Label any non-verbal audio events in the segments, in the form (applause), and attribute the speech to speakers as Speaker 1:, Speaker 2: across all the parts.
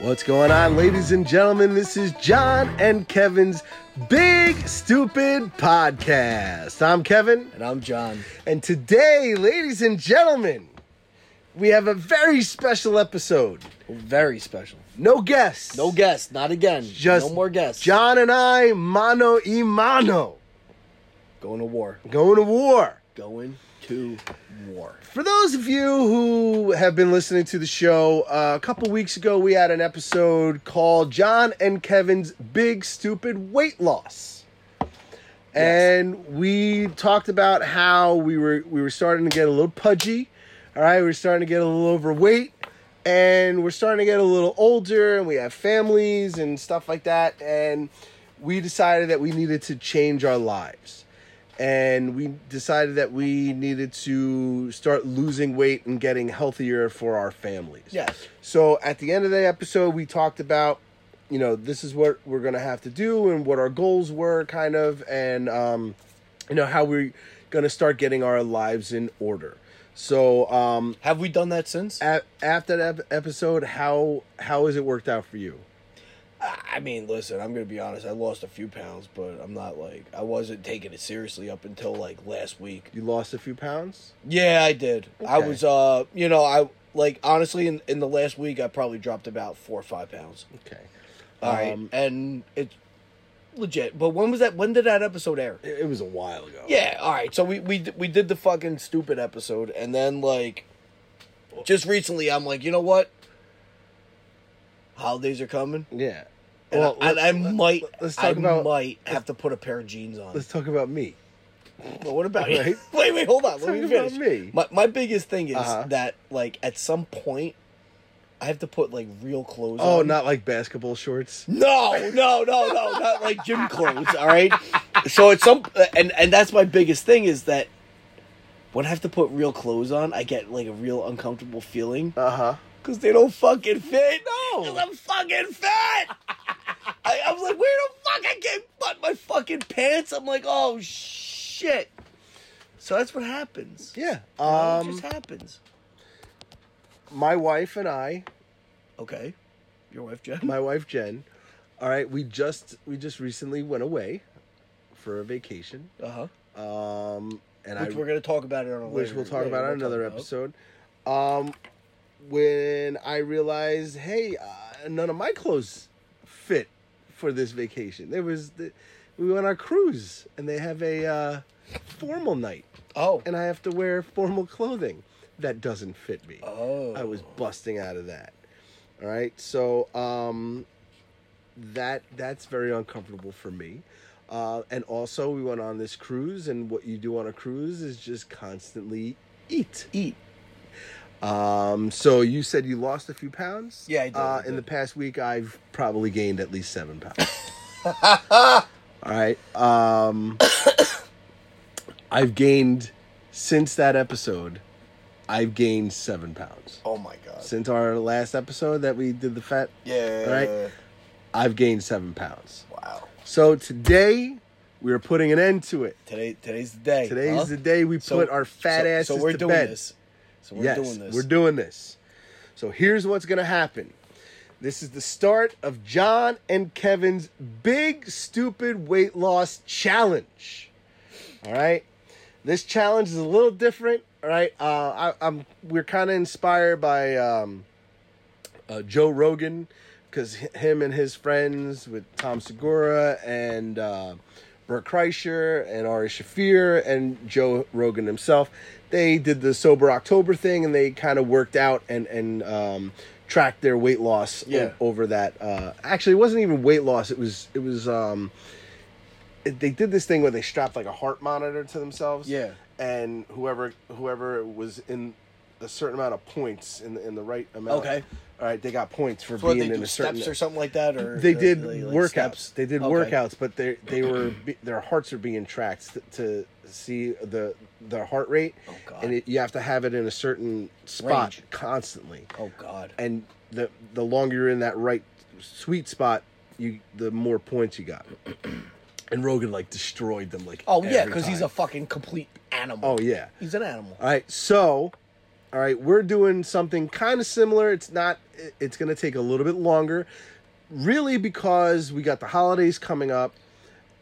Speaker 1: What's going on, ladies and gentlemen? This is John and Kevin's Big Stupid Podcast. I'm Kevin,
Speaker 2: And I'm John.
Speaker 1: and today, ladies and gentlemen, we have a very special episode.
Speaker 2: Very special.
Speaker 1: No guests.
Speaker 2: No guests. Not again.
Speaker 1: Just
Speaker 2: no more guests.
Speaker 1: John and I, mano y mano,
Speaker 2: Going to war.
Speaker 1: going to war.
Speaker 2: Going to war.
Speaker 1: For those of you who have been listening to the show, uh, a couple weeks ago we had an episode called John and Kevin's Big Stupid Weight Loss. And we talked about how we were we were starting to get a little pudgy. All right, we we're starting to get a little overweight and we're starting to get a little older and we have families and stuff like that and we decided that we needed to change our lives and we decided that we needed to start losing weight and getting healthier for our families.
Speaker 2: Yes.
Speaker 1: So at the end of the episode, we talked about, you know, this is what we're gonna have to do and what our goals were, kind of, and um, you know how we're gonna start getting our lives in order. So um,
Speaker 2: Have we done that since?
Speaker 1: a- after that ep- episode, how how has it worked out for you?
Speaker 2: I mean, listen, I'm going to be honest. I lost a few pounds, but I'm not like, I wasn't taking it seriously up until like last week.
Speaker 1: You lost a few pounds.
Speaker 2: Yeah, I did. I
Speaker 1: Okay.
Speaker 2: was, uh, you know, I like, honestly, in, in the last week, I probably dropped about four or five pounds.
Speaker 1: Okay,
Speaker 2: All right.
Speaker 1: Um,
Speaker 2: And it's legit. But when was that? When did that episode air?
Speaker 1: it, it was a while ago.
Speaker 2: Yeah, all right. So we we d- we did the fucking stupid episode, and then like, just recently, I'm like, you know what? Holidays are coming,
Speaker 1: yeah.
Speaker 2: and
Speaker 1: Well,
Speaker 2: I, and I, might
Speaker 1: let's talk
Speaker 2: I
Speaker 1: about-
Speaker 2: might have to put a pair of jeans on.
Speaker 1: Let's talk about me.
Speaker 2: But what about
Speaker 1: Right.
Speaker 2: (laughs) wait, wait, hold on. Let
Speaker 1: Talk
Speaker 2: me
Speaker 1: about
Speaker 2: finish.
Speaker 1: me.
Speaker 2: My my biggest thing is
Speaker 1: Uh-huh.
Speaker 2: that like at some point, I have to put like real clothes.
Speaker 1: Oh,
Speaker 2: on.
Speaker 1: not like basketball shorts.
Speaker 2: No, no, no, no, not like gym clothes. All right. So it's some, and and that's my biggest thing is that when I have to put real clothes on, I get like a real uncomfortable feeling
Speaker 1: Uh huh.
Speaker 2: because they don't fucking fit.
Speaker 1: No.
Speaker 2: 'Cause I'm fucking fat. I, I was like, where the fuck I can't button my fucking pants? I'm like, oh shit. So that's what happens.
Speaker 1: Yeah.
Speaker 2: You know, it
Speaker 1: Um,
Speaker 2: just happens.
Speaker 1: my wife and I
Speaker 2: Okay. Your wife, Jen.
Speaker 1: my wife Jen. All right, we just we just recently went away for a vacation.
Speaker 2: Uh huh.
Speaker 1: Um and
Speaker 2: Which
Speaker 1: I
Speaker 2: we're gonna talk about it on a
Speaker 1: which
Speaker 2: later-
Speaker 1: we'll talk
Speaker 2: later,
Speaker 1: about
Speaker 2: we'll
Speaker 1: on another
Speaker 2: about it.
Speaker 1: episode. Um when I realized, hey, uh, none of my clothes fit for this vacation. There was the, we went on a cruise and they have a uh, formal night
Speaker 2: Oh.
Speaker 1: and I have to wear formal clothing that doesn't fit me.
Speaker 2: Oh.
Speaker 1: I was busting out of that. All right, so um, that that's very uncomfortable for me. Uh, and also, we went on this cruise, and what you do on a cruise is just constantly eat.
Speaker 2: eat.
Speaker 1: Um, so you said you lost a few pounds.
Speaker 2: Yeah, I did,
Speaker 1: Uh,
Speaker 2: I
Speaker 1: In the
Speaker 2: did.
Speaker 1: past week, I've probably gained at least seven
Speaker 2: (laughs)
Speaker 1: pounds. All right. Um, I've gained since that episode. I've gained seven pounds
Speaker 2: Oh my god.
Speaker 1: since our last episode that we did the fat.
Speaker 2: Yeah.
Speaker 1: Right? I've gained seven pounds.
Speaker 2: Wow.
Speaker 1: So today we are putting an end to it.
Speaker 2: Today today's the day.
Speaker 1: Today's
Speaker 2: huh?
Speaker 1: the day we
Speaker 2: So-
Speaker 1: put our fat
Speaker 2: so,
Speaker 1: asses
Speaker 2: So we're
Speaker 1: to
Speaker 2: doing
Speaker 1: bed.
Speaker 2: this. So we're
Speaker 1: yes,
Speaker 2: doing this.
Speaker 1: we're doing this. So here's what's gonna happen. This is the start of John and Kevin's big stupid weight loss challenge. All right, this challenge is a little different. All right, uh, I, I'm we're kind of inspired by um, uh, Joe Rogan because him and his friends with Tom Segura and uh, Burt Kreischer and Ari Shafir and Joe Rogan himself, they did the Sober October thing and they kind of worked out and and um, tracked their weight loss o-
Speaker 2: Yeah.
Speaker 1: over that. Uh, actually, it wasn't even weight loss. It was it was. Um, it- they did this thing where they strapped like a heart monitor to themselves.
Speaker 2: Yeah.
Speaker 1: And whoever whoever was in a certain amount of points in the, in the right amount.
Speaker 2: Okay.
Speaker 1: All right, they got points for
Speaker 2: So what,
Speaker 1: being
Speaker 2: they
Speaker 1: in
Speaker 2: do
Speaker 1: a certain.
Speaker 2: steps or something like that, or
Speaker 1: they
Speaker 2: or
Speaker 1: did
Speaker 2: like,
Speaker 1: workouts.
Speaker 2: steps?
Speaker 1: They did
Speaker 2: Okay.
Speaker 1: workouts, but they they were (clears throat) be- their hearts are being tracked to, to see the their heart rate,
Speaker 2: Oh, God.
Speaker 1: and it, you have to have it in a certain spot
Speaker 2: Range.
Speaker 1: constantly.
Speaker 2: Oh God.
Speaker 1: And the the longer you're in that right sweet spot, you the more points you got. (clears throat) and Rogan like destroyed them like
Speaker 2: Oh yeah,
Speaker 1: every
Speaker 2: because he's
Speaker 1: time.
Speaker 2: a fucking complete animal.
Speaker 1: oh yeah.
Speaker 2: He's an animal.
Speaker 1: All right, so All right, we're doing something kind of similar. It's not. it- It's going to take a little bit longer, really, because we got the holidays coming up,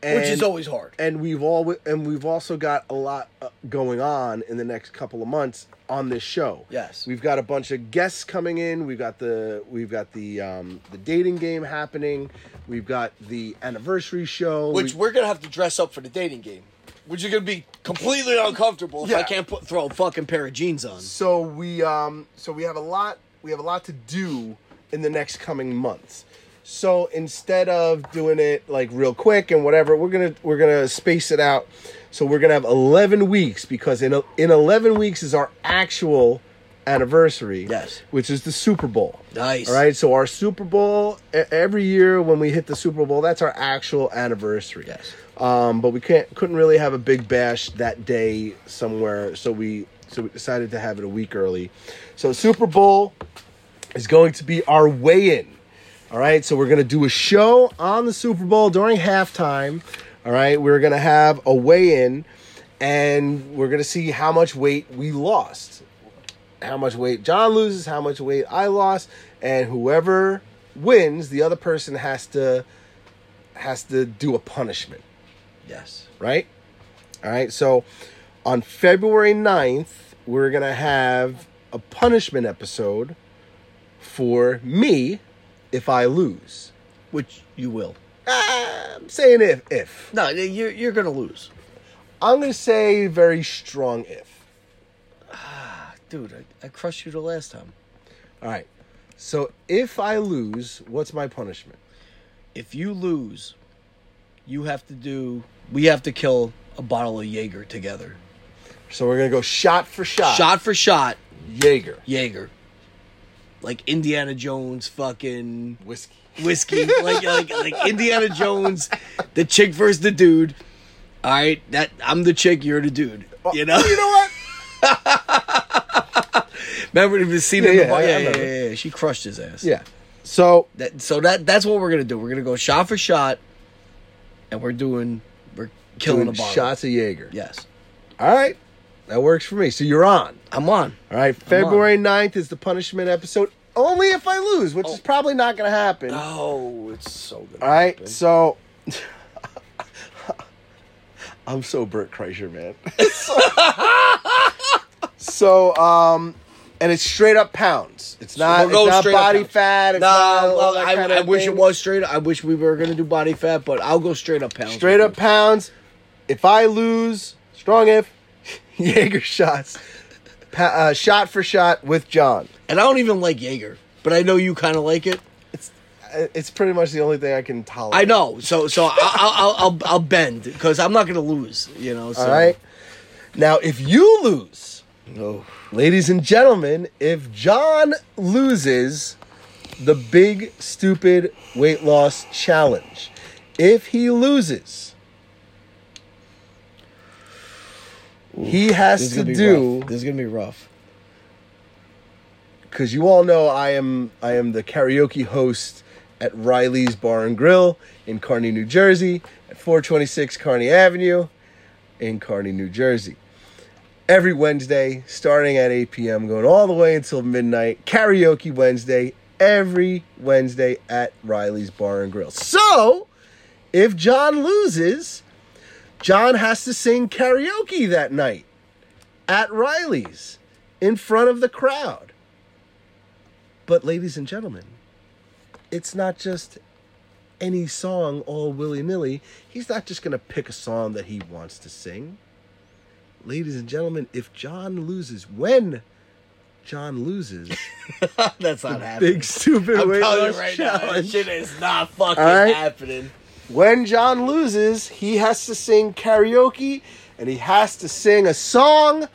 Speaker 1: and,
Speaker 2: which is always hard.
Speaker 1: and we've all and we've also got a lot uh, going on in the next couple of months on this show.
Speaker 2: Yes.
Speaker 1: we've got a bunch of guests coming in. We've got the we've got the um, the dating game happening. We've got the anniversary show.
Speaker 2: Which
Speaker 1: We-
Speaker 2: we're gonna have to dress up for the dating game, which is gonna be completely uncomfortable if
Speaker 1: Yeah.
Speaker 2: I can't put throw a fucking pair of jeans on.
Speaker 1: so we um so we have a lot we have a lot to do in the next coming months so instead of doing it like real quick and whatever we're gonna we're gonna space it out so we're gonna have 11 weeks because in in 11 weeks is our actual anniversary
Speaker 2: Yes.
Speaker 1: which is the super bowl
Speaker 2: Nice.
Speaker 1: all right so our super bowl e- every year when we hit the super bowl that's our actual anniversary
Speaker 2: Yes.
Speaker 1: um, but we can't couldn't really have a big bash that day somewhere, so we so we decided to have it a week early. So Super Bowl is going to be our weigh-in. All right, so we're gonna do a show on the Super Bowl during halftime. All right, we're gonna have a weigh-in, and we're gonna see how much weight we lost, how much weight John loses, how much weight I lost, and whoever wins, the other person has to has to do a punishment
Speaker 2: Yes.
Speaker 1: right? All right. So on February 9th, we're going to have a punishment episode for me if I lose.
Speaker 2: Which you will.
Speaker 1: I'm saying if, if.
Speaker 2: No, you're you're gonna lose,
Speaker 1: I'm going to say very strong if.
Speaker 2: dude. I, I crushed you the last time.
Speaker 1: All right. So if I lose, what's my punishment?
Speaker 2: If you lose, you have to do. We have to kill a bottle of Jaeger together,
Speaker 1: So we're going to go shot for shot.
Speaker 2: shot for shot,
Speaker 1: Jaeger.
Speaker 2: Jaeger. Like Indiana Jones, fucking
Speaker 1: Whiskey. (laughs)
Speaker 2: whiskey, like like like Indiana Jones, the chick versus the dude. All right, that I'm the chick, you're the dude.
Speaker 1: (laughs)
Speaker 2: You know,
Speaker 1: You know what?
Speaker 2: remember the scene in
Speaker 1: Yeah,
Speaker 2: the
Speaker 1: yeah,
Speaker 2: bar?
Speaker 1: I
Speaker 2: Yeah, yeah,
Speaker 1: remember.
Speaker 2: yeah, yeah. She crushed his ass.
Speaker 1: Yeah. So
Speaker 2: That, so that that's what we're gonna do. We're gonna go shot for shot, and we're doing we're killing a
Speaker 1: doing
Speaker 2: bottle.
Speaker 1: shots of Jaeger.
Speaker 2: Yes,
Speaker 1: All right. That works for me. So you're on.
Speaker 2: I'm on.
Speaker 1: All right, February 9th is the punishment episode. Only if I lose, which is probably not going to happen. All
Speaker 2: Oh, it's so good.
Speaker 1: right,
Speaker 2: (laughs)
Speaker 1: so I'm so Burt Kreischer, man. (laughs) so, um, and it's straight up pounds. It's not,
Speaker 2: we're going
Speaker 1: it's not
Speaker 2: straight up
Speaker 1: body
Speaker 2: pounds.
Speaker 1: fat. It's not
Speaker 2: Nah,
Speaker 1: all
Speaker 2: well,
Speaker 1: that
Speaker 2: I,
Speaker 1: kinda
Speaker 2: I wish it
Speaker 1: thing.
Speaker 2: was straight. I wish we were gonna do body fat, but I'll go straight up pounds.
Speaker 1: straight up pounds. If I lose, strong if (laughs) Jaeger shots, pa- uh, shot for shot with John.
Speaker 2: and I don't even like Jaeger, but I know you kind of like it.
Speaker 1: It's pretty much the only thing I can tolerate.
Speaker 2: I know. So so I'll I'll, I'll, I'll bend because I'm not gonna lose. You know. So.
Speaker 1: All right. Now, if you lose,
Speaker 2: No.
Speaker 1: ladies and gentlemen, if John loses the big stupid weight loss challenge, if he loses, he
Speaker 2: This
Speaker 1: has
Speaker 2: is
Speaker 1: to
Speaker 2: gonna be
Speaker 1: do
Speaker 2: rough. This is gonna be rough. (laughs)
Speaker 1: because you all know I am I am the karaoke host at Riley's Bar and Grill in Kearney, New Jersey, at 426 Kearney Avenue in Kearney, New Jersey. Every Wednesday, starting at 8 p.m., going all the way until midnight, karaoke Wednesday, every Wednesday at Riley's Bar and Grill. So, if John loses, John has to sing karaoke that night at Riley's in front of the crowd. But, ladies and gentlemen, it's not just any song all willy nilly. He's not just going to pick a song that he wants to sing. Ladies and gentlemen, if John loses, when John loses, (laughs)
Speaker 2: That's not happening.
Speaker 1: big stupid
Speaker 2: I'm
Speaker 1: weight
Speaker 2: telling
Speaker 1: loss
Speaker 2: you right now, that
Speaker 1: challenge.
Speaker 2: shit is not fucking
Speaker 1: All right.
Speaker 2: happening.
Speaker 1: when John loses, he has to sing karaoke and he has to sing a song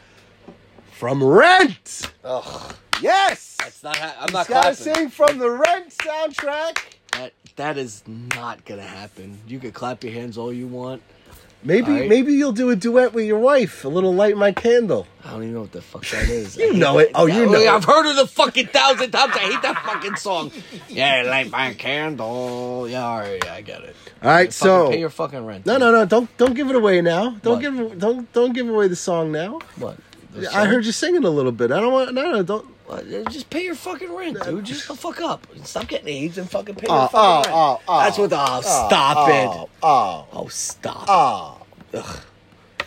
Speaker 1: from Rent.
Speaker 2: Ugh,
Speaker 1: Yes!
Speaker 2: that's not. Ha- I'm
Speaker 1: He's
Speaker 2: not
Speaker 1: gotta
Speaker 2: clapping.
Speaker 1: sing from the Rent soundtrack.
Speaker 2: That that is not gonna happen. You can clap your hands all you want.
Speaker 1: Maybe
Speaker 2: All right.
Speaker 1: maybe you'll do a duet with your wife. A little light my candle.
Speaker 2: I don't even know what the fuck that
Speaker 1: (laughs)
Speaker 2: is.
Speaker 1: You know it. Oh, you know it.
Speaker 2: I've heard it the fucking thousand times. I hate that fucking song. Yeah, light my candle. Yeah, all right, I get it.
Speaker 1: All right,
Speaker 2: Fucking
Speaker 1: so
Speaker 2: pay your fucking rent.
Speaker 1: no no no don't don't give it away now. Don't
Speaker 2: What?
Speaker 1: give don't don't give away the song now.
Speaker 2: What? or
Speaker 1: I
Speaker 2: something.
Speaker 1: heard you singing a little bit. I don't want. No, no, don't.
Speaker 2: Uh, Just pay your fucking rent, dude. Just shut the fuck up. Stop getting AIDS and fucking pay your
Speaker 1: Oh,
Speaker 2: fucking
Speaker 1: oh,
Speaker 2: rent.
Speaker 1: oh, oh.
Speaker 2: That's what the. Oh, stop it.
Speaker 1: Oh,
Speaker 2: Oh, stop.
Speaker 1: oh.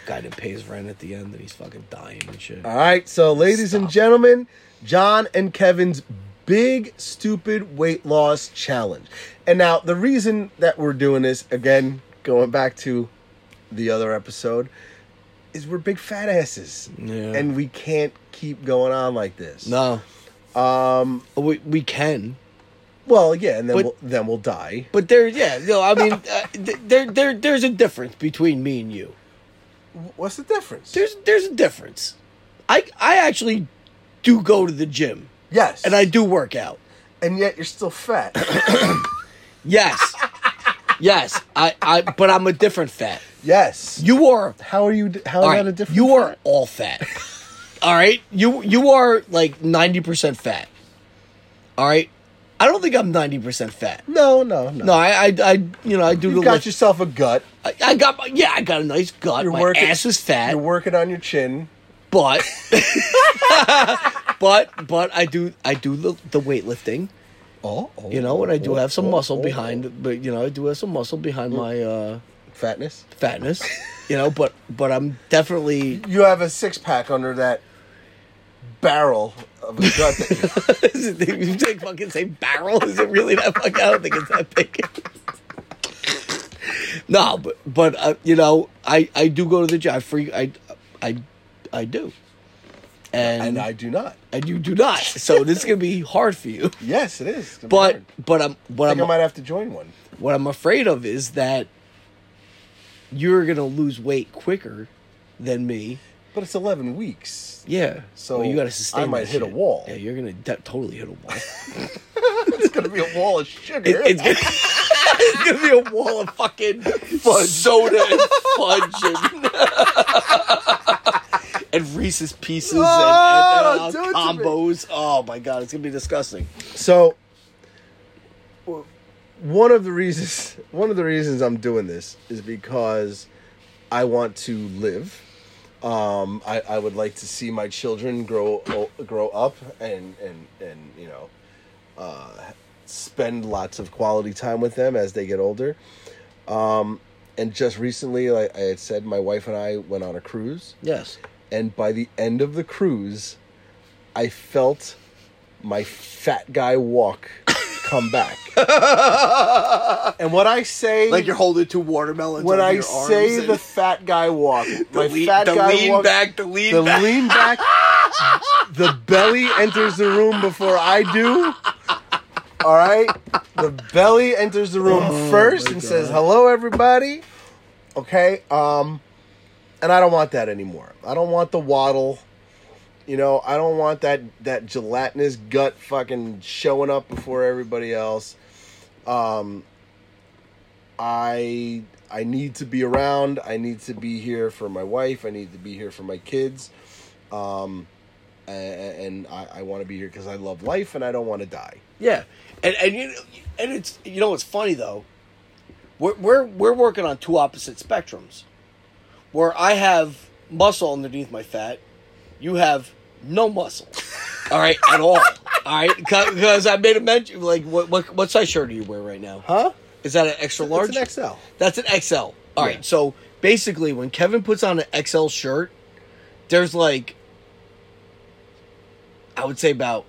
Speaker 2: Guy didn't pay his rent at the end and he's fucking dying and shit.
Speaker 1: All right, so ladies and
Speaker 2: Stop.
Speaker 1: gentlemen, John and Kevin's big stupid weight loss challenge. And now the reason that we're doing this again, going back to the other episode, is we're big fat asses,
Speaker 2: Yeah.
Speaker 1: and we can't keep going on like this.
Speaker 2: no. Um. We, we can.
Speaker 1: Well, yeah, and then
Speaker 2: But-
Speaker 1: we'll then we'll die.
Speaker 2: But there, yeah, no, I (laughs) mean, uh, th- there, there, there's a difference between me and you.
Speaker 1: What's the difference?
Speaker 2: There's, there's a difference. I, I actually do go to the gym
Speaker 1: yes,
Speaker 2: and I do work out.
Speaker 1: and yet you're still fat. (coughs)
Speaker 2: (laughs) Yes, yes, I, I, but I'm a different fat.
Speaker 1: yes.
Speaker 2: You are
Speaker 1: how are you? How is
Speaker 2: all right,
Speaker 1: that a difference?
Speaker 2: You are all fat. all right, you, you are like ninety percent fat. All right, I don't think I'm ninety percent fat.
Speaker 1: no, no, no.
Speaker 2: No, I, I, I you know, I do
Speaker 1: you
Speaker 2: the
Speaker 1: got
Speaker 2: lift.
Speaker 1: yourself a gut.
Speaker 2: I, I got, my, yeah, I got a nice gut.
Speaker 1: You're
Speaker 2: my
Speaker 1: working-
Speaker 2: ass is fat.
Speaker 1: You're working on your chin. (laughs)
Speaker 2: but (laughs) but but I do I do the, the weightlifting,
Speaker 1: Oh, oh,
Speaker 2: you know, and I do
Speaker 1: oh,
Speaker 2: have some
Speaker 1: oh,
Speaker 2: muscle
Speaker 1: oh, oh.
Speaker 2: behind, but you know, I do have some muscle behind my uh,
Speaker 1: fatness.
Speaker 2: fatness, you know, but but I'm definitely
Speaker 1: You have a six pack under that barrel of a gut. that you-
Speaker 2: you take fucking say barrel is it really that fuck? I don't think it's that big. no, but but uh, you know, I I do go to the gym. I free I I I do. And,
Speaker 1: and I do not.
Speaker 2: and you do not. So this is gonna be hard for you.
Speaker 1: Yes, it is. It's gonna be
Speaker 2: But
Speaker 1: hard.
Speaker 2: but I'm what
Speaker 1: I think I
Speaker 2: I'm
Speaker 1: might have to join one.
Speaker 2: what I'm afraid of is that you're gonna lose weight quicker than me.
Speaker 1: But it's eleven weeks.
Speaker 2: Yeah.
Speaker 1: So
Speaker 2: Well, you gotta sustain.
Speaker 1: I might
Speaker 2: that
Speaker 1: hit a
Speaker 2: shit.
Speaker 1: wall.
Speaker 2: Yeah, you're gonna de- totally hit a wall.
Speaker 1: It's gonna be a wall of sugar.
Speaker 2: It- it's, gonna, it's gonna be a wall of fucking fudge. soda and fudge and, (laughs) and Reese's pieces and-
Speaker 1: Oh,
Speaker 2: and,
Speaker 1: do it
Speaker 2: uh,
Speaker 1: to me.
Speaker 2: combos. Oh my god, it's gonna be disgusting.
Speaker 1: So, w- one of the reasons (laughs) one of the reasons I'm doing this is because I want to live. Um, I, I would like to see my children grow o- grow up and and and you know, uh, spend lots of quality time with them as they get older. Um, and just recently, like I had said, my wife and I went on a cruise
Speaker 2: Yes.
Speaker 1: and by the end of the cruise, I felt my fat guy walk come
Speaker 2: (laughs)
Speaker 1: back. and when I say
Speaker 2: Like you're holding two watermelons.
Speaker 1: when
Speaker 2: under
Speaker 1: I
Speaker 2: your arms
Speaker 1: say
Speaker 2: and-
Speaker 1: the fat guy walk, my
Speaker 2: lean-
Speaker 1: fat
Speaker 2: (laughs) the
Speaker 1: guy
Speaker 2: lean
Speaker 1: walk,
Speaker 2: back, the lean
Speaker 1: the
Speaker 2: back.
Speaker 1: lean back, the belly enters the room before I do. All right, the belly enters the room first and says hello, everybody. Okay, um, and I don't want that anymore. I don't want the waddle. You know, I don't want that that gelatinous gut fucking showing up before everybody else. Um, I I need to be around. I need to be here for my wife. I need to be here for my kids. Um, a- a- and I, I want to be here because I love life and I don't want to die.
Speaker 2: Yeah, and and you and it's you know what's funny though, we're we're we're working on two opposite spectrums, where I have muscle underneath my fat, you have
Speaker 1: (laughs)
Speaker 2: no muscle, all right at all, all right because I made a mention like what what what size shirt do you wear right now?
Speaker 1: Huh?
Speaker 2: Is that an extra large?
Speaker 1: It's an XL.
Speaker 2: That's an XL. All right.
Speaker 1: Yeah.
Speaker 2: So basically, when Kevin puts on an XL shirt, there's like, I would say about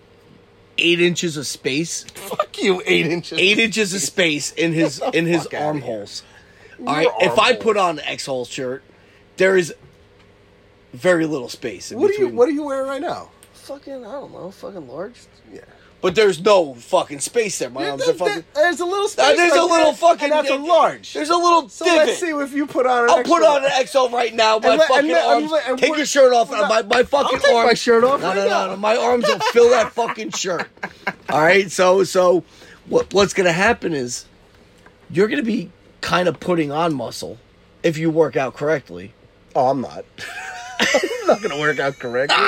Speaker 2: eight inches of space,
Speaker 1: Fuck you, eight inches.
Speaker 2: eight inches of space in his in his
Speaker 1: fuck outta here.
Speaker 2: armholes. All right. If I
Speaker 1: armholes.
Speaker 2: put on an XL shirt, there is very little space. In
Speaker 1: What are you
Speaker 2: between.
Speaker 1: What are you wearing right now?
Speaker 2: Fucking I don't know. Fucking large.
Speaker 1: Yeah. Um,
Speaker 2: But there's no fucking space there. My arms are fucking.
Speaker 1: there's a little space.
Speaker 2: Uh, there's
Speaker 1: right
Speaker 2: a little
Speaker 1: there,
Speaker 2: fucking.
Speaker 1: And that's a large.
Speaker 2: There's a little.
Speaker 1: so
Speaker 2: divot.
Speaker 1: let's see if you put on. An
Speaker 2: I'll
Speaker 1: extra
Speaker 2: put on
Speaker 1: large.
Speaker 2: an XL right now. My
Speaker 1: And let-
Speaker 2: fucking
Speaker 1: and let- and
Speaker 2: arms.
Speaker 1: let- and
Speaker 2: take
Speaker 1: what-
Speaker 2: your shirt off.
Speaker 1: well,
Speaker 2: my, my fucking
Speaker 1: take my
Speaker 2: arms.
Speaker 1: shirt off
Speaker 2: No,
Speaker 1: right
Speaker 2: no,
Speaker 1: now.
Speaker 2: no, no. My arms will fill that
Speaker 1: (laughs)
Speaker 2: fucking shirt. All right. So, so what what's gonna happen is you're gonna be kind of putting on muscle if you work out correctly,
Speaker 1: Oh, I'm not. (laughs) I'm not gonna work out correctly.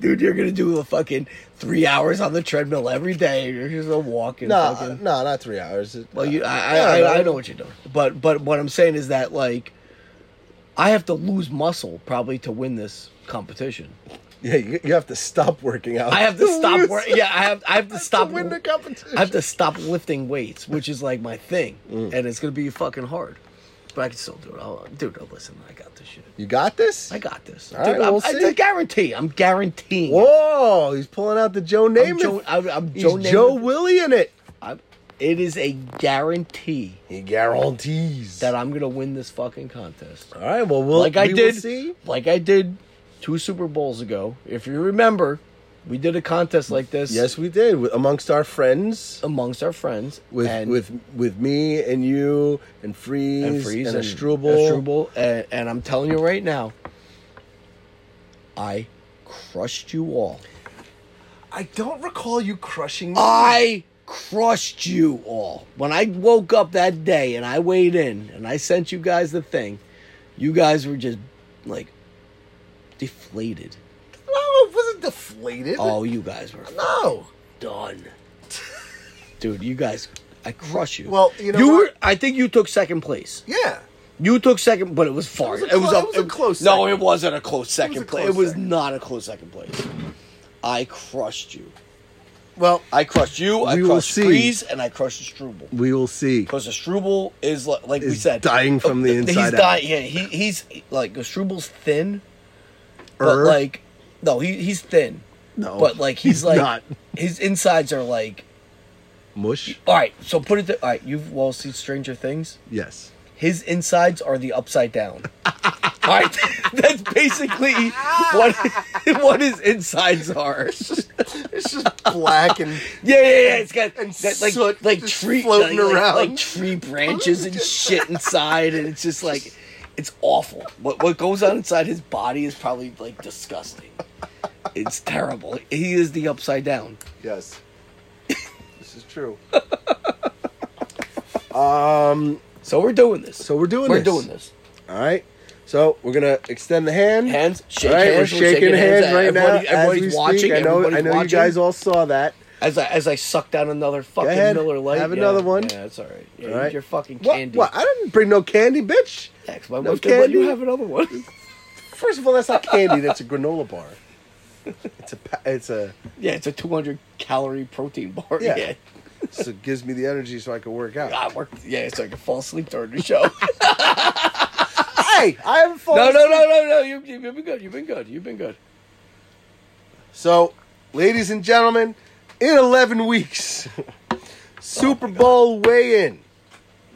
Speaker 2: dude. You're gonna do a fucking three hours on the treadmill every day. You're just gonna walk and
Speaker 1: no,
Speaker 2: fucking.
Speaker 1: no, not three hours.
Speaker 2: Well, you, I,
Speaker 1: Yeah,
Speaker 2: I,
Speaker 1: no.
Speaker 2: I, I know what you're doing, but but what I'm saying is that like, I have to lose muscle probably to win this competition.
Speaker 1: Yeah, you, you have to stop working out.
Speaker 2: I have to stop.
Speaker 1: lose.
Speaker 2: Wor- yeah, I have.
Speaker 1: (laughs)
Speaker 2: I have to stop.
Speaker 1: win the competition.
Speaker 2: I have to stop lifting weights, which is like my thing, and it's gonna be fucking hard. But I can still do it. I'll, dude, I'll listen, I got this shit.
Speaker 1: You got this?
Speaker 2: I got this.
Speaker 1: All
Speaker 2: dude,
Speaker 1: right,
Speaker 2: I'm,
Speaker 1: we'll
Speaker 2: I,
Speaker 1: see.
Speaker 2: I guarantee. I'm guaranteeing.
Speaker 1: Whoa, he's pulling out the Joe Namath.
Speaker 2: I'm Joe, I'm, I'm
Speaker 1: he's
Speaker 2: Joe,
Speaker 1: Joe,
Speaker 2: Namath.
Speaker 1: Willie in it.
Speaker 2: I'm- it is a guarantee
Speaker 1: He guarantees.
Speaker 2: that I'm gonna win this fucking contest.
Speaker 1: All right, well, we'll
Speaker 2: like I
Speaker 1: we will
Speaker 2: did,
Speaker 1: see.
Speaker 2: like I did two Super Bowls ago. If you remember, we did a contest like this.
Speaker 1: Yes, we did with, amongst our friends
Speaker 2: amongst our friends
Speaker 1: with
Speaker 2: and,
Speaker 1: with with me and you and Freeze
Speaker 2: and Freeze and,
Speaker 1: Asdrubal.
Speaker 2: Asdrubal, and, and I'm telling you right now, I crushed you all.
Speaker 1: I don't recall you crushing. me.
Speaker 2: I crushed you all. When I woke up that day and I weighed in and I sent you guys the thing, you guys were just like deflated.
Speaker 1: no, it wasn't deflated.
Speaker 2: Oh, you guys were
Speaker 1: no.
Speaker 2: done. Dude, you guys, I crush you.
Speaker 1: Well, you know
Speaker 2: you
Speaker 1: what?
Speaker 2: were. I think you took second place.
Speaker 1: Yeah.
Speaker 2: You took second, but it was far.
Speaker 1: It was a clo- it was a close
Speaker 2: No,
Speaker 1: second.
Speaker 2: it wasn't a close second
Speaker 1: a
Speaker 2: place.
Speaker 1: close
Speaker 2: it was
Speaker 1: second.
Speaker 2: not a close second place. I crushed you.
Speaker 1: Well,
Speaker 2: I crushed you. I
Speaker 1: We will
Speaker 2: crushed
Speaker 1: see.
Speaker 2: Freeze, and I crushed Struble.
Speaker 1: we will see.
Speaker 2: Because Struble is like, like we
Speaker 1: Is
Speaker 2: said,
Speaker 1: dying from the
Speaker 2: He's
Speaker 1: inside out.
Speaker 2: dying. Yeah, he, he's like Struble's thin, but
Speaker 1: Er.
Speaker 2: like no, he he's thin.
Speaker 1: No,
Speaker 2: but like he's,
Speaker 1: he's
Speaker 2: like
Speaker 1: not.
Speaker 2: his insides are like.
Speaker 1: Mush.
Speaker 2: All right, so put it. Th- all right, you've well seen Stranger Things.
Speaker 1: Yes.
Speaker 2: His insides are the upside down. (laughs) all right, (laughs) that's basically what (laughs) what his insides are.
Speaker 1: It's just black and
Speaker 2: Yeah, yeah, yeah. It's got
Speaker 1: And
Speaker 2: that, like
Speaker 1: soot
Speaker 2: like
Speaker 1: just
Speaker 2: tree
Speaker 1: floating
Speaker 2: like, like-
Speaker 1: around.
Speaker 2: like tree branches and shit inside, and it's just like it's awful. What what goes on inside his body is probably like disgusting. It's terrible. He is the upside down.
Speaker 1: yes. This is true. um.
Speaker 2: So we're doing this.
Speaker 1: So we're doing.
Speaker 2: we're
Speaker 1: this.
Speaker 2: doing this.
Speaker 1: All right. So we're gonna extend the hand.
Speaker 2: Hands, shake
Speaker 1: all right,
Speaker 2: hands.
Speaker 1: we're shaking hands, right now.
Speaker 2: Everybody- Everybody's
Speaker 1: as we
Speaker 2: watching.
Speaker 1: Speak. I know.
Speaker 2: everybody's
Speaker 1: I know
Speaker 2: watching.
Speaker 1: you guys all saw that.
Speaker 2: As I as I suck down another fucking
Speaker 1: ahead.
Speaker 2: Miller Lite.
Speaker 1: Have
Speaker 2: yeah,
Speaker 1: another one.
Speaker 2: Yeah, that's all right. Yeah,
Speaker 1: All right.
Speaker 2: You're fucking
Speaker 1: What-
Speaker 2: candy.
Speaker 1: What, I didn't bring no candy, bitch.
Speaker 2: Thanks, my
Speaker 1: No
Speaker 2: wife did let you
Speaker 1: candy?
Speaker 2: have another
Speaker 1: (laughs)
Speaker 2: one.
Speaker 1: First of all, that's not candy. That's a granola bar. It's a. pa- It's a.
Speaker 2: Yeah, it's a 200 calorie protein bar.
Speaker 1: Yeah.
Speaker 2: yeah.
Speaker 1: So it gives me the energy so I can work
Speaker 2: (laughs)
Speaker 1: out.
Speaker 2: I work. Yeah, so I can fall asleep during
Speaker 1: (laughs)
Speaker 2: the show.
Speaker 1: Hey, I haven't fallen.
Speaker 2: no, no,
Speaker 1: asleep.
Speaker 2: no, no, no. You, you've been good. You've been good. You've been good.
Speaker 1: So, ladies and gentlemen, in 11 weeks, (laughs) Super Bowl weigh in.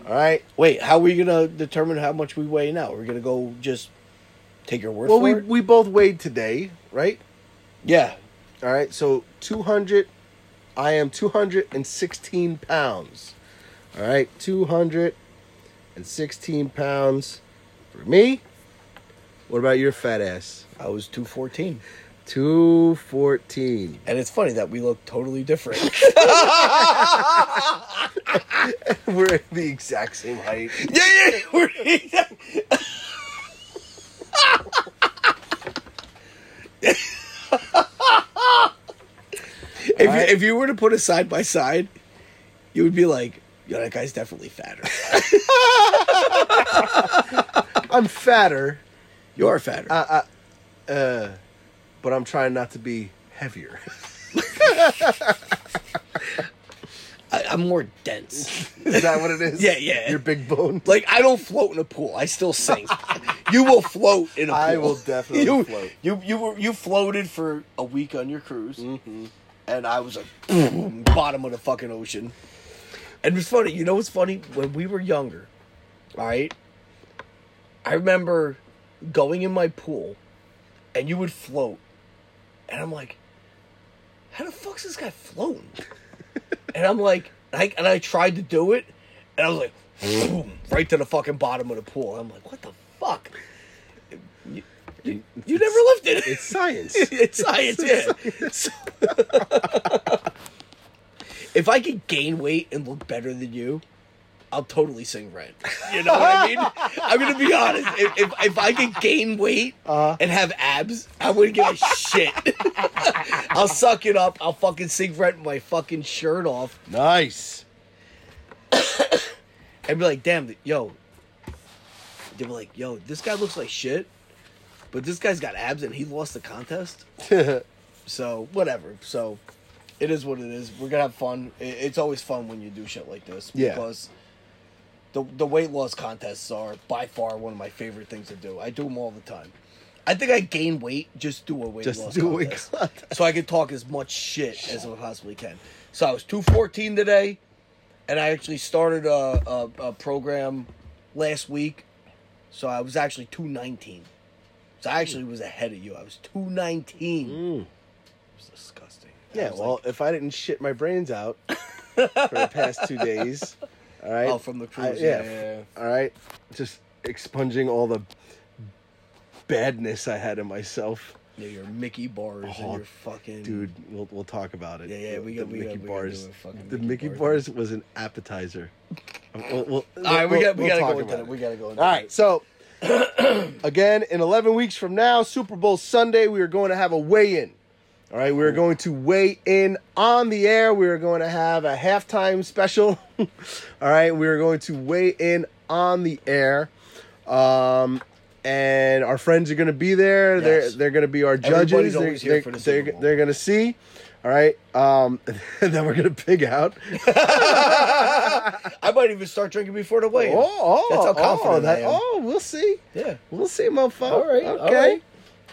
Speaker 1: All right.
Speaker 2: Wait, how are we gonna determine how much we weigh now? We're we gonna go just take your word
Speaker 1: Well,
Speaker 2: for
Speaker 1: we,
Speaker 2: it.
Speaker 1: we both weighed today, right?
Speaker 2: yeah,
Speaker 1: All right. So, 200, I am 216 pounds. All right. 216 pounds for me. What about your fat ass?
Speaker 2: I was two fourteen,
Speaker 1: 214.
Speaker 2: and it's funny that we look totally different.
Speaker 1: (laughs) We're the exact same height.
Speaker 2: yeah, yeah. (laughs) we're- if you,
Speaker 1: Alright.
Speaker 2: if you were to put a side by side, you would be like, "Yeah, that guy's definitely fatter." (laughs)
Speaker 1: I'm fatter.
Speaker 2: You are fatter.
Speaker 1: but I'm trying not to be heavier. (laughs)
Speaker 2: I, I'm more dense.
Speaker 1: is that what
Speaker 2: (laughs)
Speaker 1: it is?
Speaker 2: Yeah, yeah.
Speaker 1: Your big bone.
Speaker 2: Like I don't float in a pool. I still sink. you will float in a
Speaker 1: (laughs)
Speaker 2: pool.
Speaker 1: I will definitely
Speaker 2: you,
Speaker 1: float.
Speaker 2: You you were you floated for a week on your cruise,
Speaker 1: Mm-hmm.
Speaker 2: and I was like boom, bottom of the fucking ocean. And it's funny. You know what's funny? When we were younger, all right, I remember going in my pool, and you would float, and I'm like, how the fuck's this guy floating? and I'm like, I, and I tried to do it, and I was like, boom, right to the fucking bottom of the pool. I'm like, what the fuck? You, you, you never lifted
Speaker 1: It's science.
Speaker 2: (laughs) it's science. yeah. So- (laughs) if I could gain weight and look better than you, I'll totally sing rent. You know what I (laughs) mean? I'm gonna be honest. If if, if I could gain weight
Speaker 1: Uh-huh.
Speaker 2: and have abs, I wouldn't give a shit. (laughs) I'll suck it up. I'll fucking sing rent with my fucking shirt off
Speaker 1: (laughs) nice.
Speaker 2: and be like, damn, yo. They were like, yo, this guy looks like shit. But this guy's got abs and he lost the contest. so whatever. So it is what it is. We're gonna have fun. I- It's always fun when you do shit like this
Speaker 1: Yeah.
Speaker 2: because the the weight loss contests are by far one of my favorite things to do. I do them all the time. I think I gain weight just do a weight
Speaker 1: Just
Speaker 2: loss
Speaker 1: do a weight (laughs)
Speaker 2: contest,
Speaker 1: contest.
Speaker 2: so I can talk as much shit as I possibly can. So I was two fourteen today, and I actually started a, a, a program last week. So I was actually two nineteen. So I actually was ahead of you. I was two nineteen. It was disgusting. I
Speaker 1: Mm. Yeah,
Speaker 2: was
Speaker 1: well,
Speaker 2: like,
Speaker 1: if I didn't shit my brains out for the past two
Speaker 2: (laughs)
Speaker 1: days, all right.
Speaker 2: Oh, from the cruise, yeah, yeah, yeah.
Speaker 1: All right, just expunging all the badness I had in myself,
Speaker 2: yeah, your Mickey bars
Speaker 1: Oh,
Speaker 2: and your fucking
Speaker 1: dude. We'll we'll talk about it.
Speaker 2: Yeah, yeah, we
Speaker 1: the
Speaker 2: got- we got-
Speaker 1: Mickey
Speaker 2: we gotta
Speaker 1: bars.
Speaker 2: do a fucking
Speaker 1: the
Speaker 2: Mickey
Speaker 1: Mickey
Speaker 2: bars.
Speaker 1: bars was an
Speaker 2: (laughs)
Speaker 1: appetizer. We'll- we'll- we'll-
Speaker 2: All right, we
Speaker 1: we'll-
Speaker 2: got we
Speaker 1: we'll
Speaker 2: gotta
Speaker 1: talk
Speaker 2: go into
Speaker 1: about
Speaker 2: it. We gotta go into
Speaker 1: All right, so (clears throat) again, in 11 weeks from now, Super Bowl Sunday, we are going to have a weigh in. All right, we are going to weigh in on the air. We are going to have a halftime special. (laughs) All right, we are going to weigh in on the air. Um, and our friends are going to be there. They're
Speaker 2: Yes.
Speaker 1: they're going to be our
Speaker 2: Everybody's
Speaker 1: judges. They're,
Speaker 2: always here
Speaker 1: they're,
Speaker 2: for the
Speaker 1: they're,
Speaker 2: Super Bowl.
Speaker 1: they're going to see. All right. Um, (laughs) and then we're going to pig out.
Speaker 2: it. I might even start drinking before the weigh.
Speaker 1: Oh, oh,
Speaker 2: That's how confident
Speaker 1: oh, that-
Speaker 2: I am.
Speaker 1: oh, we'll see.
Speaker 2: Yeah.
Speaker 1: We'll see, mofo.
Speaker 2: All right, all
Speaker 1: Okay.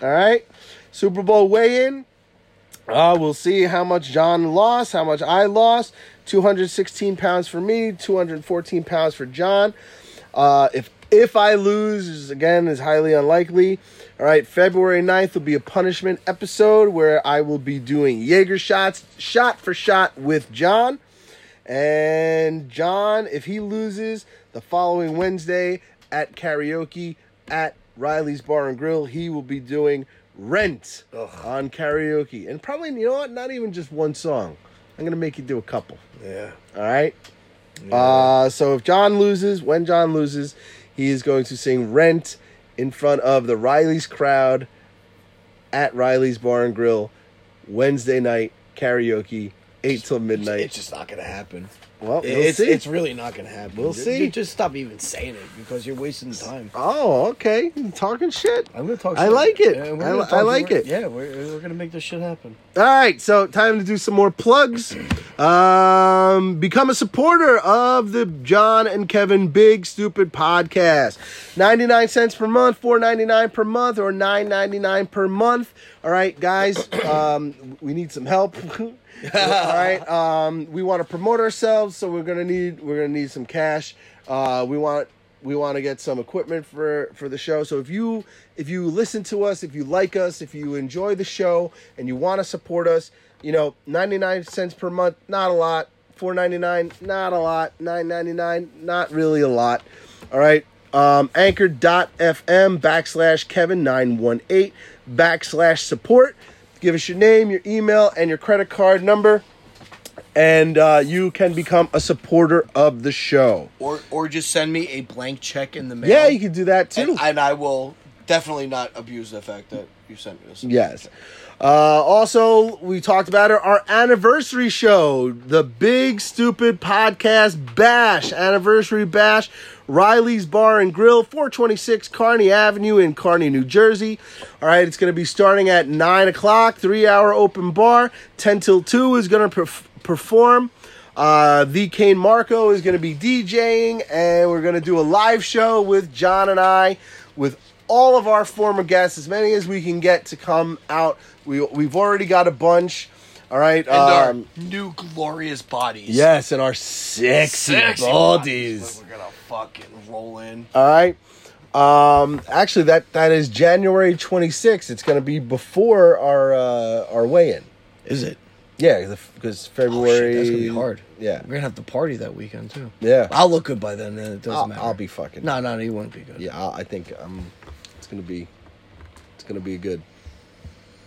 Speaker 1: All right.
Speaker 2: right.
Speaker 1: Super Bowl weigh in. Uh, we'll see how much John lost, how much I lost. 216 pounds for me, 214 pounds for John. Uh, if if I lose, is, again, is highly unlikely. All right, February 9th will be a punishment episode where I will be doing Jaeger shots, shot for shot with John. And John, if he loses the following Wednesday at karaoke at Riley's Bar and Grill, he will be doing Rent on karaoke. And probably, you know what? Not even just one song. I'm going to make you do a couple.
Speaker 2: Yeah.
Speaker 1: All right? Uh, so if John loses, when John loses, he is going to sing Rent in front of the Riley's crowd at Riley's Bar and Grill Wednesday night karaoke, 8 till midnight.
Speaker 2: It's just not gonna happen.
Speaker 1: Well, we'll
Speaker 2: it's
Speaker 1: see.
Speaker 2: it's really not gonna happen.
Speaker 1: We'll
Speaker 2: Ju-
Speaker 1: see.
Speaker 2: ju- Just stop even saying it because you're wasting time.
Speaker 1: Oh, okay. Talking shit.
Speaker 2: I'm gonna talk.
Speaker 1: I
Speaker 2: shit.
Speaker 1: like it.
Speaker 2: Yeah, we're
Speaker 1: I
Speaker 2: gonna
Speaker 1: li-
Speaker 2: talk
Speaker 1: I
Speaker 2: shit.
Speaker 1: like
Speaker 2: We're-
Speaker 1: it.
Speaker 2: Yeah, we're, we're gonna make this shit happen.
Speaker 1: All right, so time to do some more plugs. Um, become a supporter of the John and Kevin Big Stupid Podcast. 99 cents per month, 4.99 per month or 9.99 per month. All right, guys, (coughs) um, we need some help. (laughs) All right, um, we want to promote ourselves, so we're going to need we're going to need some cash. Uh, we want we want to get some equipment for for the show so if you if you listen to us if you like us if you enjoy the show and you want to support us you know 99 cents per month not a lot 4.99 not a lot 9.99 not really a lot all right um, anchor.fm backslash kevin 918 backslash support give us your name your email and your credit card number and uh, you can become a supporter of the show
Speaker 2: Or or just send me a blank check in the mail.
Speaker 1: yeah you can do that too
Speaker 2: and, and I will definitely not abuse the fact that you sent me this.
Speaker 1: Yes. Uh, also, we talked about it, our anniversary show, the Big Stupid Podcast Bash, Anniversary Bash, Riley's Bar and Grill, 426 Kearney Avenue in Kearney, New Jersey. All right, it's going to be starting at 9 o'clock, three hour open bar. 10 till 2 is going to perf- perform. Uh, the Kane Marco is going to be DJing, and we're going to do a live show with John and I, with all of our former guests, as many as we can get to come out. We we've already got a bunch. All right.
Speaker 2: And our
Speaker 1: um,
Speaker 2: new glorious bodies.
Speaker 1: yes, and our sexy,
Speaker 2: Sexy
Speaker 1: bodies.
Speaker 2: bodies. We're gonna fucking roll in.
Speaker 1: All right. Um, actually, that that is January 26th. It's going to be before our uh, our weigh-in.
Speaker 2: Is it?
Speaker 1: Yeah, because February.
Speaker 2: Oh, that's gonna be hard.
Speaker 1: Yeah,
Speaker 2: We're gonna have to party that weekend too.
Speaker 1: yeah.
Speaker 2: I'll look good by then. And it doesn't
Speaker 1: I'll,
Speaker 2: matter.
Speaker 1: I'll be fucking.
Speaker 2: No, no, no, you won't be good.
Speaker 1: yeah, I, I think um, it's gonna be, it's gonna be good.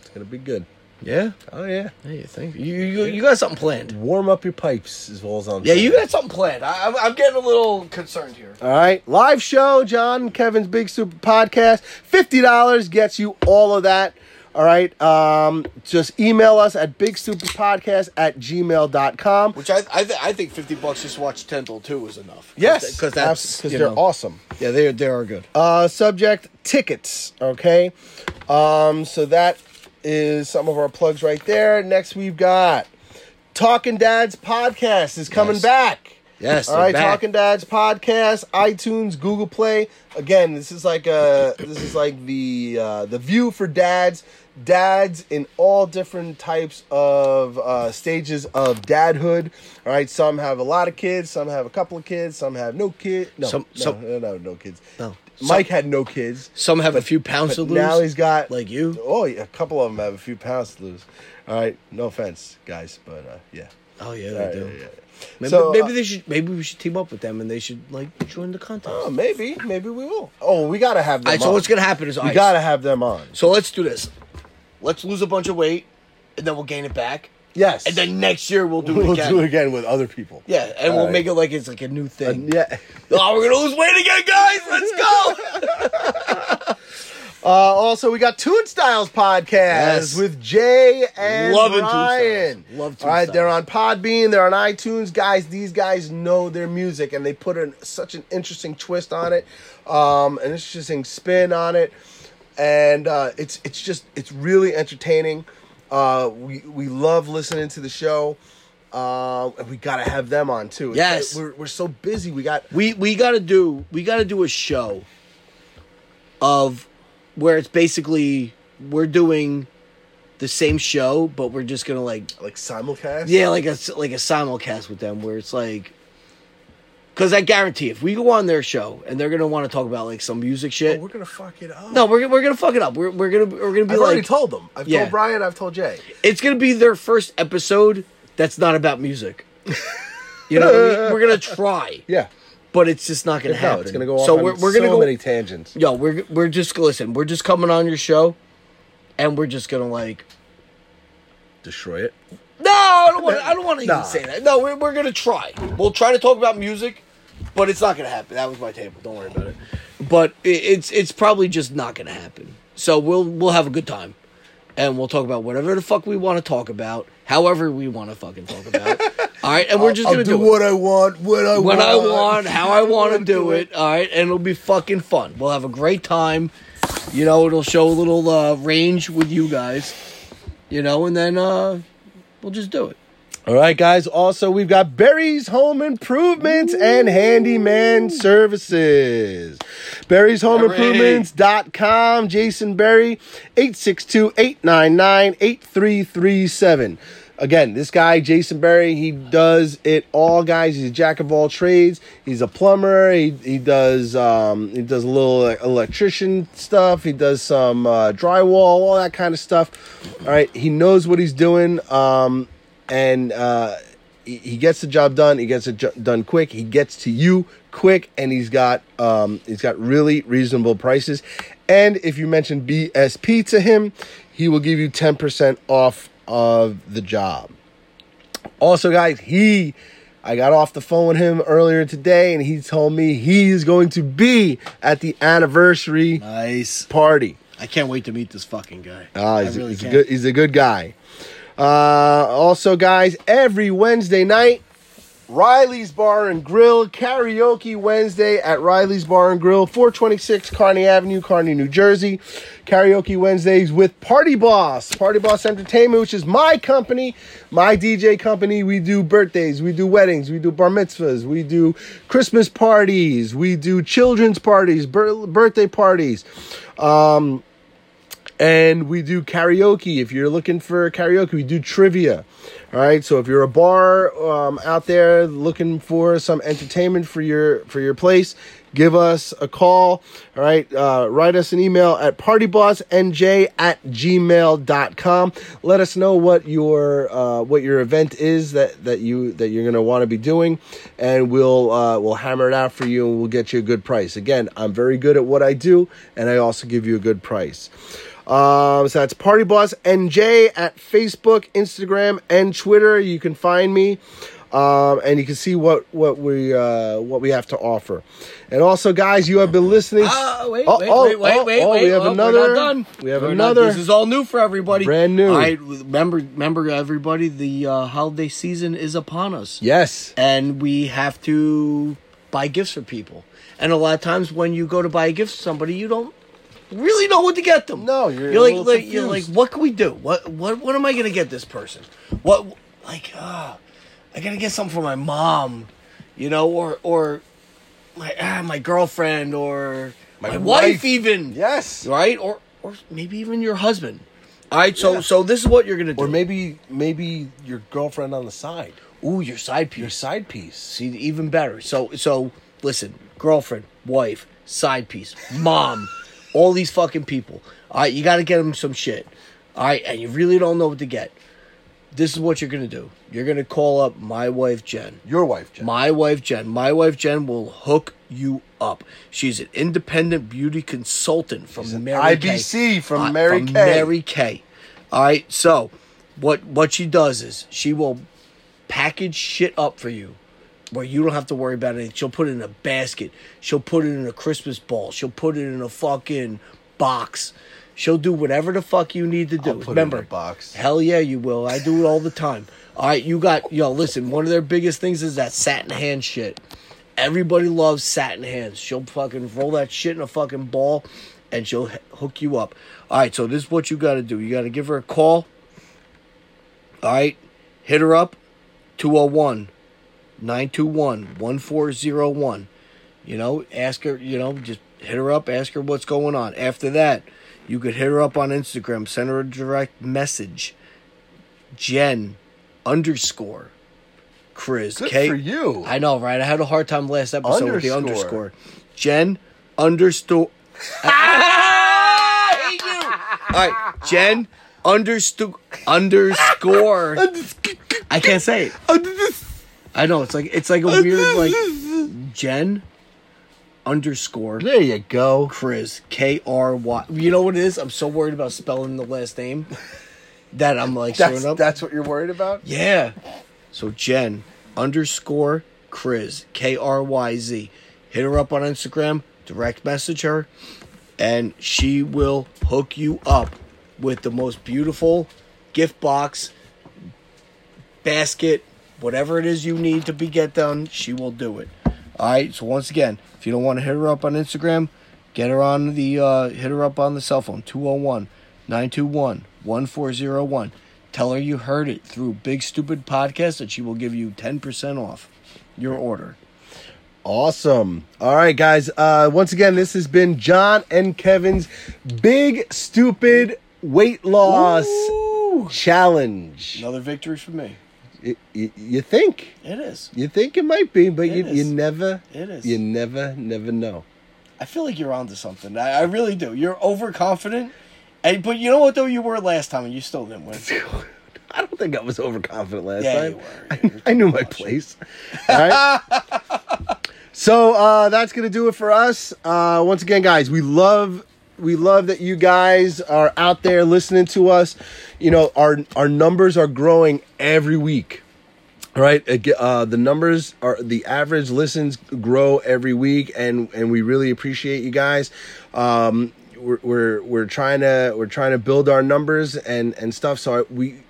Speaker 1: It's gonna be good.
Speaker 2: Yeah.
Speaker 1: Oh yeah.
Speaker 2: Yeah, you think you you, you got something planned?
Speaker 1: Warm up your pipes as well as on.
Speaker 2: Yeah, you got something planned. I, I'm, I'm getting a little concerned here.
Speaker 1: All right, live show, John and Kevin's Big Super Podcast. Fifty dollars gets you all of that. All right. Um, just email us at bigstupidpodcast at gmail.com.
Speaker 2: Which I I, th- I think fifty bucks just to watch Tendril too is enough.
Speaker 1: Yes,
Speaker 2: because that's
Speaker 1: because
Speaker 2: you
Speaker 1: they're
Speaker 2: know,
Speaker 1: awesome.
Speaker 2: Yeah, they they are good.
Speaker 1: Uh, subject tickets. Okay. Um, so that is some of our plugs right there. Next, we've got Talking Dads podcast is coming
Speaker 2: Yes.
Speaker 1: back.
Speaker 2: Yes,
Speaker 1: All
Speaker 2: they're
Speaker 1: right,
Speaker 2: back.
Speaker 1: Talking Dads podcast, iTunes, Google Play. Again, this is like uh this is like the uh, the view for dads, dads in all different types of uh, stages of dadhood. All right, some have a lot of kids, some have a couple of kids, some have no kid. No,
Speaker 2: Some-
Speaker 1: no,
Speaker 2: some-
Speaker 1: no, no, no kids.
Speaker 2: No.
Speaker 1: Mike had no kids.
Speaker 2: Some have a few pounds to lose.
Speaker 1: Now he's got
Speaker 2: like you.
Speaker 1: Oh, yeah, a couple of them have a few pounds to lose. All right, no offense, guys, but uh, yeah.
Speaker 2: Oh yeah,
Speaker 1: All
Speaker 2: they
Speaker 1: right,
Speaker 2: do.
Speaker 1: yeah, yeah, yeah.
Speaker 2: Maybe,
Speaker 1: So, uh,
Speaker 2: maybe they should. Maybe we should team up with them, and they should like join the contest.
Speaker 1: Oh, maybe, maybe we will. Oh, we gotta have them.
Speaker 2: All right, so
Speaker 1: on.
Speaker 2: what's gonna happen is
Speaker 1: We
Speaker 2: I
Speaker 1: gotta have them on.
Speaker 2: So let's do this. Let's lose a bunch of weight, and then we'll gain it back,
Speaker 1: Yes, (laughs)
Speaker 2: and then next year we'll do
Speaker 1: we'll
Speaker 2: it Uh, again.
Speaker 1: do it again with other people.
Speaker 2: Yeah, and
Speaker 1: All
Speaker 2: we'll
Speaker 1: right.
Speaker 2: make it like it's like a new thing.
Speaker 1: yeah.
Speaker 2: Oh, we're gonna lose weight again, guys. Let's go.
Speaker 1: Uh, also, we got Toon Styles podcast
Speaker 2: Yes.
Speaker 1: with Jay and
Speaker 2: Loving Toon
Speaker 1: Ryan.
Speaker 2: Styles. Love Toon
Speaker 1: All right,
Speaker 2: Styles.
Speaker 1: they're on Podbean, they're on iTunes, guys. These guys know their music, and they put in such an interesting twist on it, um, an interesting spin on it, and uh, it's it's just it's really entertaining. Uh, we we love listening to the show. Uh, and we gotta have them on too. It's-
Speaker 2: Yes.
Speaker 1: we're we're so busy. We got
Speaker 2: (laughs) we we gotta do we gotta do a show of where it's basically we're doing the same show, but we're just gonna like
Speaker 1: like simulcast.
Speaker 2: Yeah, like a like a simulcast with them where it's like, because I guarantee if we go on their show and they're gonna want to talk about like some music shit.
Speaker 1: we're gonna fuck it up.
Speaker 2: no, we're we're gonna fuck it up. We're we're gonna we're gonna be
Speaker 1: I've already
Speaker 2: like
Speaker 1: told them. I've
Speaker 2: Yeah.
Speaker 1: told Brian. I've told Jay.
Speaker 2: it's gonna be their first episode that's not
Speaker 1: (laughs)
Speaker 2: about music. you know, what I mean? we're gonna try,
Speaker 1: Yeah.
Speaker 2: but it's just not gonna happen.
Speaker 1: No, it's gonna go off
Speaker 2: So
Speaker 1: on
Speaker 2: we're we're gonna
Speaker 1: so
Speaker 2: go. (laughs)
Speaker 1: many tangents.
Speaker 2: yo, we're we're just listen. We're just coming on your show, and we're just gonna like.
Speaker 1: Destroy it.
Speaker 2: No, I don't want. I don't want to
Speaker 1: Nah.
Speaker 2: even say that. No, we're, we're gonna try. We'll try to talk about music, but it's not gonna happen. That was my table. Don't worry about it. But i it's it's probably just not gonna happen. So we'll we'll have a good time, and we'll talk about whatever the fuck we want to talk about, however we want to fucking
Speaker 1: (laughs)
Speaker 2: talk about. it. All right, and we're just
Speaker 1: I'll
Speaker 2: gonna
Speaker 1: do,
Speaker 2: do, it.
Speaker 1: what I want, when I
Speaker 2: When
Speaker 1: want,
Speaker 2: I want, how
Speaker 1: (laughs)
Speaker 2: I want to do it. All right, and it'll be fucking fun. We'll have a great time. You know, it'll show a little uh, range with you guys. You know, and then uh, we'll just do it.
Speaker 1: All right, guys. Also, we've got Barry's Home Improvements and Handyman Services. Barry's Home Improvements.com. Jason Barry, 862 899 8337. Again, this guy, Jason Barry, he does it all, guys. He's a jack of all trades. He's a plumber. He, he does um, he does a little electrician stuff. He does some uh, drywall, all that kind of stuff. All right, he knows what he's doing. Um, and uh, he, he gets the job done. He gets it jo- done quick. He gets to you quick, and he's got um, he's got really reasonable prices. And if you mention BSP to him, he will give you ten percent off of the job. Also, guys, he I got off the phone with him earlier today, and he told me he is going to be at the anniversary
Speaker 2: Nice.
Speaker 1: party.
Speaker 2: I can't wait to meet this fucking guy.
Speaker 1: Ah,
Speaker 2: I
Speaker 1: he's, a-
Speaker 2: really
Speaker 1: he's a
Speaker 2: can't.
Speaker 1: good. He's a good guy. Uh, also, guys, every Wednesday night, Riley's Bar and Grill karaoke Wednesday at Riley's Bar and Grill, 426 Kearney Avenue, Kearney, New Jersey. Karaoke Wednesdays with Party Boss, Party Boss Entertainment, which is my company, my DJ company. We do birthdays, we do weddings, we do bar mitzvahs, we do Christmas parties, we do children's parties, bir- birthday parties and we do karaoke if you're looking for karaoke we do trivia all right so if you're a bar um, out there looking for some entertainment for your for your place give us a call all right uh, write us an email at partybossnj at gmail.com let us know what your uh, what your event is that that you that you're going to want to be doing and we'll uh, we'll hammer it out for you and we'll get you a good price again i'm very good at what i do and i also give you a good price um, so that's Party Boss NJ at Facebook, Instagram, and Twitter. You can find me. um, and you can see what what we uh, what we have to offer. And also, guys, you have been listening.
Speaker 2: Ah, wait,
Speaker 1: Oh,
Speaker 2: wait,
Speaker 1: oh,
Speaker 2: wait, wait,
Speaker 1: oh,
Speaker 2: wait,
Speaker 1: oh,
Speaker 2: wait.
Speaker 1: we have
Speaker 2: oh, we're
Speaker 1: another.
Speaker 2: not done.
Speaker 1: We have
Speaker 2: We're not-
Speaker 1: another.
Speaker 2: this is all new for everybody.
Speaker 1: Brand new.
Speaker 2: All right, remember, remember, everybody. The uh, holiday season is upon us,
Speaker 1: yes.
Speaker 2: and we have to buy gifts for people. And a lot of times, when you go to buy a gift for somebody, you don't really know what to get them.
Speaker 1: No, you're a
Speaker 2: like,
Speaker 1: little
Speaker 2: like you're like,
Speaker 1: confused.
Speaker 2: what can we do? What, what, what am I gonna get this person? What, like, ah, I gotta get something for my mom, you know, or or my ah, my girlfriend or my, wife,
Speaker 1: wife.
Speaker 2: even
Speaker 1: Yes.
Speaker 2: right or or maybe even your husband all right so so this is what you're gonna do
Speaker 1: Or maybe maybe your girlfriend on the side,
Speaker 2: ooh your side piece
Speaker 1: your side piece.
Speaker 2: see even better so so listen girlfriend wife side piece mom all these fucking people all right you gotta get them some shit all right and you really don't know what to get this is what you're gonna do you're gonna call up my wife jen
Speaker 1: Your wife, Jen.
Speaker 2: My wife Jen. My wife Jen will hook you up. She's an independent beauty consultant from Mary Kay. Uh,
Speaker 1: IBC from Mary
Speaker 2: from
Speaker 1: Kay.
Speaker 2: Mary Kay. All right. So, what what she does is she will package shit up for you, where you don't have to worry about anything. She'll put it in a basket. She'll put it in a Christmas ball. She'll put it in a fucking box. She'll do whatever the fuck you need to do.
Speaker 1: put it in
Speaker 2: Remember,
Speaker 1: a box.
Speaker 2: Hell yeah, you will. I do it all the time. All right, you got yo. Listen, one of their biggest things is that satin hand shit. Everybody loves satin hands. She'll fucking roll that shit in a fucking ball, and she'll h- hook you up. All right, so this is what you got to do. You got to give her a call. All right, hit her up, 201 921 1401. You know, ask her, you know, just hit her up, ask her what's going on. After that, you could hit her up on Instagram, send her a direct message. Jen underscore Chris.
Speaker 1: Good for you.
Speaker 2: I know, right? I had a hard time last episode with the
Speaker 1: Underscore.
Speaker 2: underscore. Jen
Speaker 1: (laughs)
Speaker 2: underscore. I hate you. All right, Jen underscore underscore.
Speaker 1: (laughs)
Speaker 2: I can't say it. I know it's like it's like a weird like Jen underscore
Speaker 1: There you go.
Speaker 2: Chris K R Y. You know what it is? I'm so worried about spelling the last name (laughs) that I'm like
Speaker 1: That's
Speaker 2: screwing up.
Speaker 1: that's what you're worried about.
Speaker 2: Yeah. So Jen underscore Kriz K R Y Z. Hit her up on Instagram, direct message her, and she will hook you up with the most beautiful gift box, basket, whatever it is you need to be get done. She will do it. All right. So once again, if you don't want to hit her up on Instagram, get her on the uh, hit her up on the cell phone 201 921 1401. Tell her you heard it through Big Stupid Podcast, and she will give you 10% off your order.
Speaker 1: Awesome. All right, guys. Uh, once again, this has been John and Kevin's Big Stupid Weight Loss Challenge.
Speaker 2: Another victory for me.
Speaker 1: Y- y- you think?
Speaker 2: It is.
Speaker 1: You think it might be, but you,
Speaker 2: It
Speaker 1: you
Speaker 2: is.
Speaker 1: never,
Speaker 2: It is.
Speaker 1: you never, never know. (laughs)
Speaker 2: I feel like you're onto something. I, I really do. You're overconfident. And, but you know what, though? You were last time, and you still didn't win.
Speaker 1: I don't think I was overconfident last
Speaker 2: Yeah,
Speaker 1: time.
Speaker 2: you were.
Speaker 1: (laughs) I, I knew my place. All
Speaker 2: (laughs)
Speaker 1: right. so uh, that's gonna do it for us. Uh, once again, guys, we love we love that you guys are out there listening to us. You know, our our numbers are growing every week. All right, ag- uh, the numbers are the average listens grow every week, and and we really appreciate you guys. Um, we're, we're we're trying to we're trying to build our numbers and and stuff. So I, we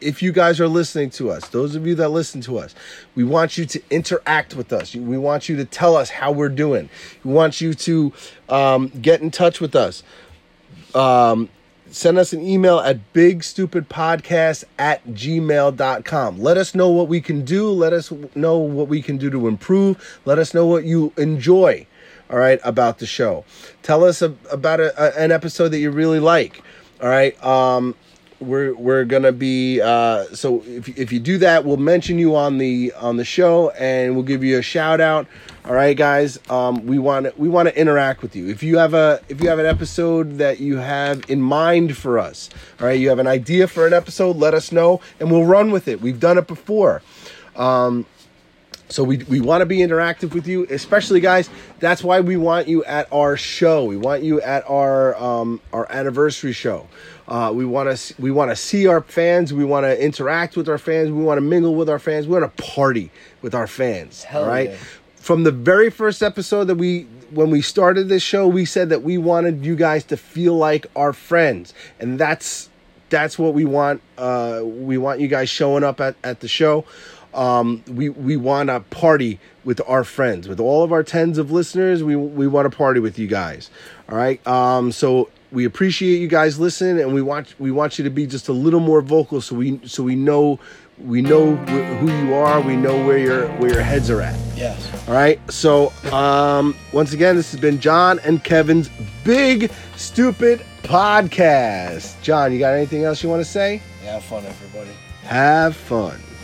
Speaker 1: if you guys are listening to us, those of you that listen to us, we want you to interact with us. We want you to tell us how we're doing. We want you to um, get in touch with us. Um, send us an email at bigstupidpodcast at gmail.com. Let us know what we can do. Let us know what we can do to improve. Let us know what you enjoy, all right, about the show. Tell us ab- about a, a- an episode that you really like, all right? Um, we're we're gonna be uh, so if if you do that, we'll mention you on the on the show and we'll give you a shout out. All right, guys. Um, we want to we want to interact with you. If you have a if you have an episode that you have in mind for us, all right, you have an idea for an episode, let us know and we'll run with it. We've done it before So we, we want to be interactive with you, especially guys. That's why we want you at our show. We want you at our um, our anniversary show. Uh, we want to we want to see our fans. We want to interact with our fans. We want to mingle with our fans. We want to party with our fans.
Speaker 2: Hell
Speaker 1: all right.
Speaker 2: yeah.
Speaker 1: From the very first episode that we when we started this show, we said that we wanted you guys to feel like our friends, and that's that's what we want. Uh, we want you guys showing up at, at the show. Um, we we want to party with our friends, with all of our tens of listeners. We we want to party with you guys. All right. Um, so we appreciate you guys listening, and we want we want you to be just a little more vocal, so we so we know we know wh- who you are. We know where your where your heads are at.
Speaker 2: Yes.
Speaker 1: All right. So, um, once again, this has been John and Kevin's Big Stupid Podcast. John, you got anything else you want to say?
Speaker 2: Yeah, have fun, everybody.
Speaker 1: Have fun.